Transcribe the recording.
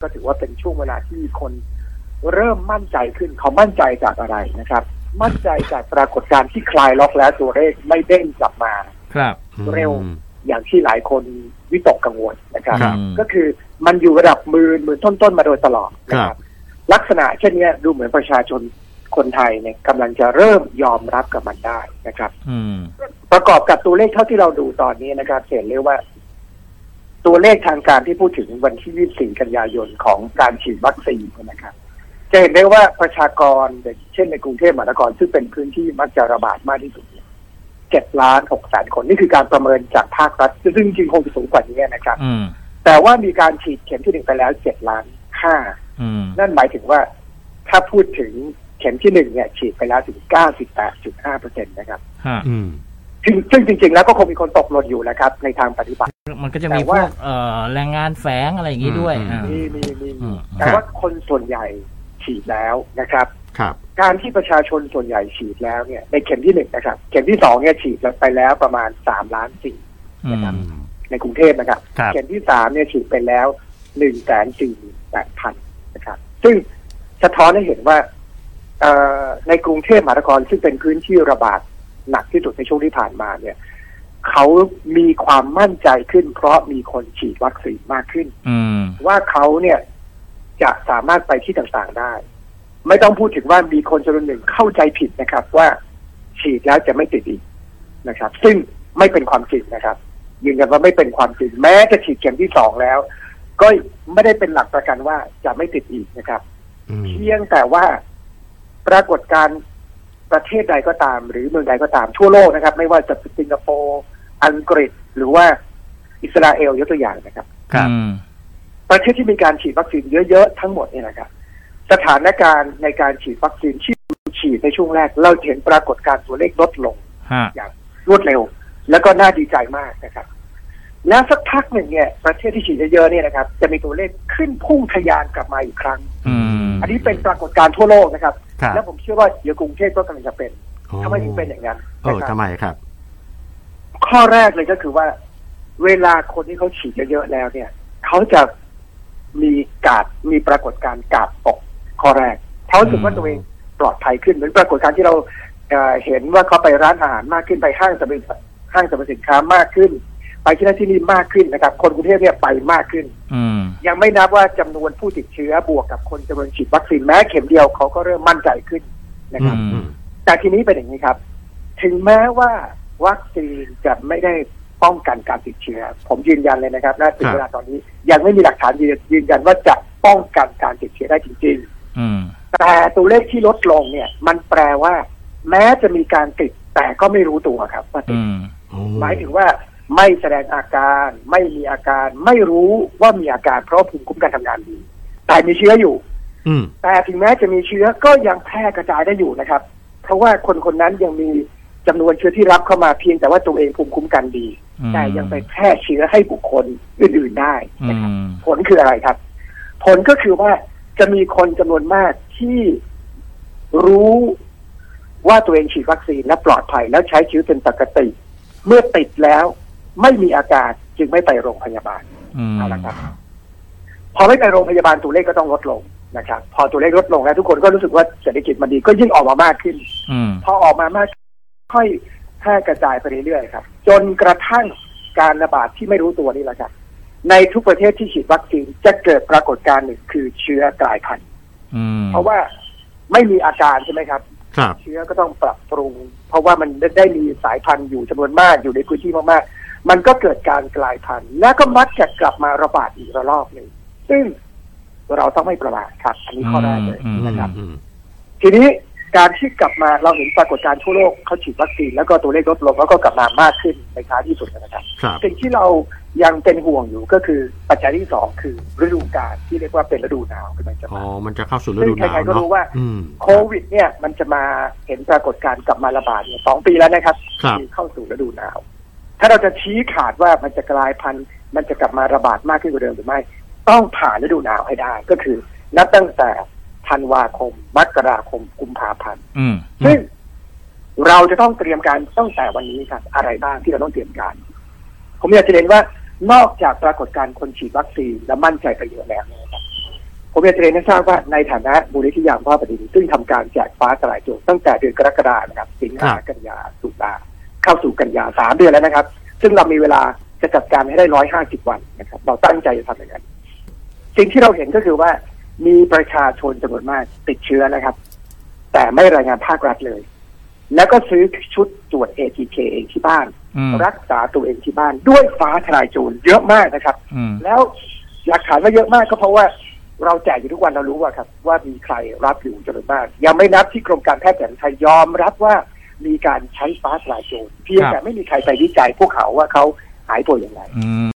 ก็ถือว่าเป็นช่วงเวลาที่คนเริ่มมั่นใจขึ้นเขามั่นใจจากอะไรนะครับ มั่นใจจากปรากฏการณ์ที่คลายล็อกแล้วตัวเลขไม่เด้งกลับมา ครับ เร็ว อย่างที่หลายคนวิตกกังวลนะครับ ครับ ก็คือมันอยู่ระดับหมื่นหมื่นต้น ๆ มาโดยตลอดนะครับ ลักษณะเช่นเนี้ยดูเหมือนประชาชนคนไทยเนี่ยกำลังจะเริ่มยอมรับกับมันได้นะครับ อืม ประกอบกับตัวเลขเท่าที่เราดูตอนนี้นะครับเห็นเลยว่า ตัวเลขทางการที่พูดถึงวันที่ 24 กันยายนของการฉีดวัคซีนเนี่ยนะครับ จะเห็นได้ว่าประชากรเช่นในกรุงเทพมหานครซึ่งเป็นพื้นที่มักจะระบาดมากที่สุดเจ็ดล้านหกแสนคนนี่คือการประเมินจากภาครัฐ ซึ่งจริงๆคงจะสูงกว่านี้นะครับ อืม แต่ว่ามีการฉีดเข็มที่หนึ่งไปแล้วเจ็ดล้านห้า อืม นั่นหมายถึงว่าถ้าพูดถึงเข็มที่หนึ่งเนี่ยฉีดไปแล้วถึง 98.5เปอร์เซ็นต์นะครับ ฮะ อืม ซึ่งซึ่งจริง ๆ แล้วก็คงมีคนตกหล่นอยู่นะครับ ในทางปฏิบัติ มันก็จะ แต่ มีพ ว่า วกเอ่อแรงงานแฝงอะไรอย่างงี้ด้วย อืม อ่า มีมีมี อืม แต่ว่าคนส่วนใหญ่ฉีดแล้วนะครับ ครับ การที่ประชาชนส่วนใหญ่ฉีดแล้วเนี่ยในเข็มที่หนึ่งนะครับ เข็มที่สองเนี่ยฉีดไปแล้วประมาณ 3 ล้านสี่ อืม นะครับ ในกรุงเทพนะครับ ครับ เข็มที่สามเนี่ยฉีดไปแล้วหนึ่งแสนสี่แปดพันนะครับ ซึ่งสะท้อนให้เห็นว่าเอ่อในกรุงเทพมหานครซึ่งเป็นพื้นที่ระบาดหนักที่สุดในช่วงที่ผ่านมาเนี่ยเขามีความมั่นใจขึ้น เพราะมีคนฉีดวัคซีนมากขึ้น อืม ว่าเขาเนี่ยจะสามารถไปที่ต่างๆได้ ไม่ต้องพูดถึงว่ามีคนจำนวนหนึ่งเข้าใจผิดนะครับ ว่าฉีดแล้วจะไม่ติดอีกนะครับ ซึ่งไม่เป็นความจริงนะครับยืนยันว่าไม่เป็นความจริง แม้จะฉีดเข็มที่สองแล้ว ก็ไม่ได้เป็นหลักประกันว่าจะไม่ติดอีกนะครับ อืม เพียงแต่ว่าปรากฏการณ์ประเทศใดก็ตาม หรือเมืองใดก็ตามทั่วโลกนะครับ ไม่ว่าจะเป็นสิงคโปร์อังกฤษหรือว่าอิสราเอลยกตัวอย่างนะครับ ครับ อืม ประเทศที่มีการฉีดวัคซีนเยอะ ๆ ทั้งหมดเนี่ยนะครับสถานการณ์ในการฉีดวัคซีนที่ฉีดในช่วงแรก เราเห็นปรากฏการณ์ตัวเลขลดลง ฮะ อย่างรวดเร็ว แล้วก็น่าดีใจมากนะครับ แล้วสักพักหนึ่งเนี่ย ประเทศที่ฉีดเยอะๆเนี่ยนะครับ จะมีตัวเลขขึ้นพุ่งทะยานกลับมาอีกครั้ง อืม อันนี้เป็นปรากฏการณ์ทั่วโลกนะครับ ครับ และผมเชื่อว่าเดี๋ยวกรุงเทพก็กำลังจะเป็น โอ้ ทำไมถึงเป็นอย่างนั้น เอ นะ อ ครับ ทำไมครับ ข้อแรกเลยก็คือว่า เวลาคนที่เขาฉีดเยอะๆแล้วเนี่ย เขาจะมีกาดมีปรากฏการณ์กาดตกข้อแรกเขารู้สึกว่าตัวเองปลอดภัยขึ้นเหมือนปรากฏการณ์ที่เราเอ่อเห็นว่าเขาไปร้านอาหารมากขึ้นไปห้างสรรพสินห้างสรรพสินค้ามากขึ้น ไปที่นั่นที่นี่มากขึ้นนะครับ คนกรุงเทพเนี่ยไปมากขึ้น อืม ยังไม่นับว่าจำนวนผู้ติดเชื้อบวกกับคนจำนวนฉีดวัคซีนแม้เข็มเดียวเขาก็เริ่มมั่นใจขึ้นนะครับ อืม อืม แต่ทีนี้เป็นอย่างนี้ครับ ถึงแม้ว่าวัคซีนจะไม่ได้ป้องกันการติดเชื้อ ผมยืนยันเลยนะครับณถึง ครับ เวลาตอนนี้ ยังไม่มีหลักฐานยืนยืนยันว่าจะป้องกันการติดเชื้อได้จริง อืม ๆ แต่ตัวเลขที่ลดลงเนี่ย มันแปลว่า แม้จะมีการติดแต่ก็ไม่รู้ตัวครับว่าติ อื ด ม โอ้ หมายถึงว่าไม่แสดงอาการ ไม่มีอาการ ไม่รู้ว่ามีอาการเพราะภูมิคุ้มกันทำงานดีแต่มีเชื้ออยู่ อืม แต่ถึงแม้จะมีเชื้อก็ยังแพร่กระจายได้อยู่นะครับ เพราะว่าคนคนนั้นยังมีจำนวนเชื้อที่รับเข้ามาเพียงแต่ว่าตัวเองภูมิคุ้มกันดี อืม แต่ยังไปแพร่เชื้อให้บุคคลอื่นๆได้ อื นะครับ ม ผลคืออะไรครับ ผลก็คือว่าจะมีคนจำนวนมากที่รู้ว่าตัวเองฉีดวัคซีนและปลอดภัยแล้วใช้ชีวิตเป็นปกติ เมื่อติดแล้วไม่มีอาการจึงไม่ไปโรงพยาบาล อืม เอาละครับ พอไม่ไปโรงพยาบาลตัวเลขก็ต้องลดลงนะครับ พอตัวเลขลดลงแล้วทุกคนก็รู้สึกว่าเศรษฐกิจมันดีก็ยิ่งออกมามากขึ้น อืม พอออกมามาก ค่อยแพร่กระจายไปเรื่อยๆครับ จนกระทั่งการระบาดที่ไม่รู้ตัวนี่แหละครับ ในทุกประเทศที่ฉีดวัคซีนจะเกิดปรากฏการณ์หนึ่งคือเชื้อกลายพันธุ์ อืม เพราะว่าไม่มีอาการใช่ไหมครับ ครับ เชื้อก็ต้องปรับปรุง เพราะว่ามันได้มีสายพันธุ์อยู่จำนวนมากอยู่ในพื้นที่มากๆ มันก็เกิดการกลายพันธุ์ และก็มักจะกลับมาระบาดอีกระลอกหนึ่งซึ่งเราต้องไม่ประมาทครับ อันนี้ข้อแรกเลย อืม นะครับ อืม ทีนี้การที่กลับมาเราเห็นปรากฏการณ์ทั่วโลกเขาฉีดวัคซีนแล้วก็ตัวเลขลดลงแล้วก็กลับมามากขึ้นในท้ายที่สุดนะครับ ครับ สิ่งที่เรายังเป็นห่วงอยู่ก็คือปัจจัยที่สองคือฤดูกาลที่เรียกว่าเป็นฤดูหนาวกำลังจะ อ๋อ มา มันจะเข้าสู่ฤดูหนาว ซึ่งใครๆก็ เน รู้ อะ ว่า อืม โควิดเนี่ยมันจะมาเห็นปรากฏการณ์กลับมาระบาดเนี่ยสองปีแล้วนะครับ ครับ ที่เข้าสู่ฤดูหนาว ถ้าเราจะชี้ขาดว่ามันจะกลายพันธุ์ มันจะกลับมาระบาดมากขึ้นกว่าเดิมหรือไม่ ต้องผ่านฤดูหนาวให้ได้ ก็คือ นับตั้งแต่ธันวาคม มกราคม กุมภาพันธ์ อืม อืม ซึ่งเราจะต้องเตรียมการตั้งแต่วันนี้ครับ อะไรบ้างที่เราต้องเตรียมการ ผมอยากจะเรียนว่านอกจากปรากฏการณ์คนฉีดวัคซีนและมั่นใจไปเยอะแล้วเนี่ยครับ ผมอยากจะเรียนให้ทราบว่าในฐานะมูลนิธิยามว่าปฏิบัติซึ่งทำการแจกฟ้าทลายโจรตั้งแต่เดือนกรกฎาคมนะครับสิงหา ครับ กันยาตุลาเข้าสู่กันยาสามเดือนแล้วนะครับ ซึ่งเรามีเวลาจะจัดการให้ได้ร้อยห้าสิบวันนะครับ เราตั้งใจจะทำอย่างนั้นสิ่งที่เราเห็นก็คือว่ามีประชาชนจำนวนมากติดเชื้อนะครับ แต่ไม่รายงานภาครัฐเลย แล้วก็ซื้อชุดตรวจ ATK เองที่บ้าน อืม รักษาตัวเองที่บ้านด้วยฟ้าทลายโจรเยอะมากนะครับ อืม แล้วหลักฐานว่าเยอะมากก็เพราะว่าเราแจกอยู่ทุกวันเรารู้ว่าครับ ว่ามีใครรับอยู่จำนวนมากยังไม่นับที่กรมการแพทย์แผนไทยยอมรับว่ามีการใช้ฟ้าทลายโจรเพียงแต่ไม่มีใครไปวิจัยพวกเขาว่าเขาหายป่วยอย่างไร อืม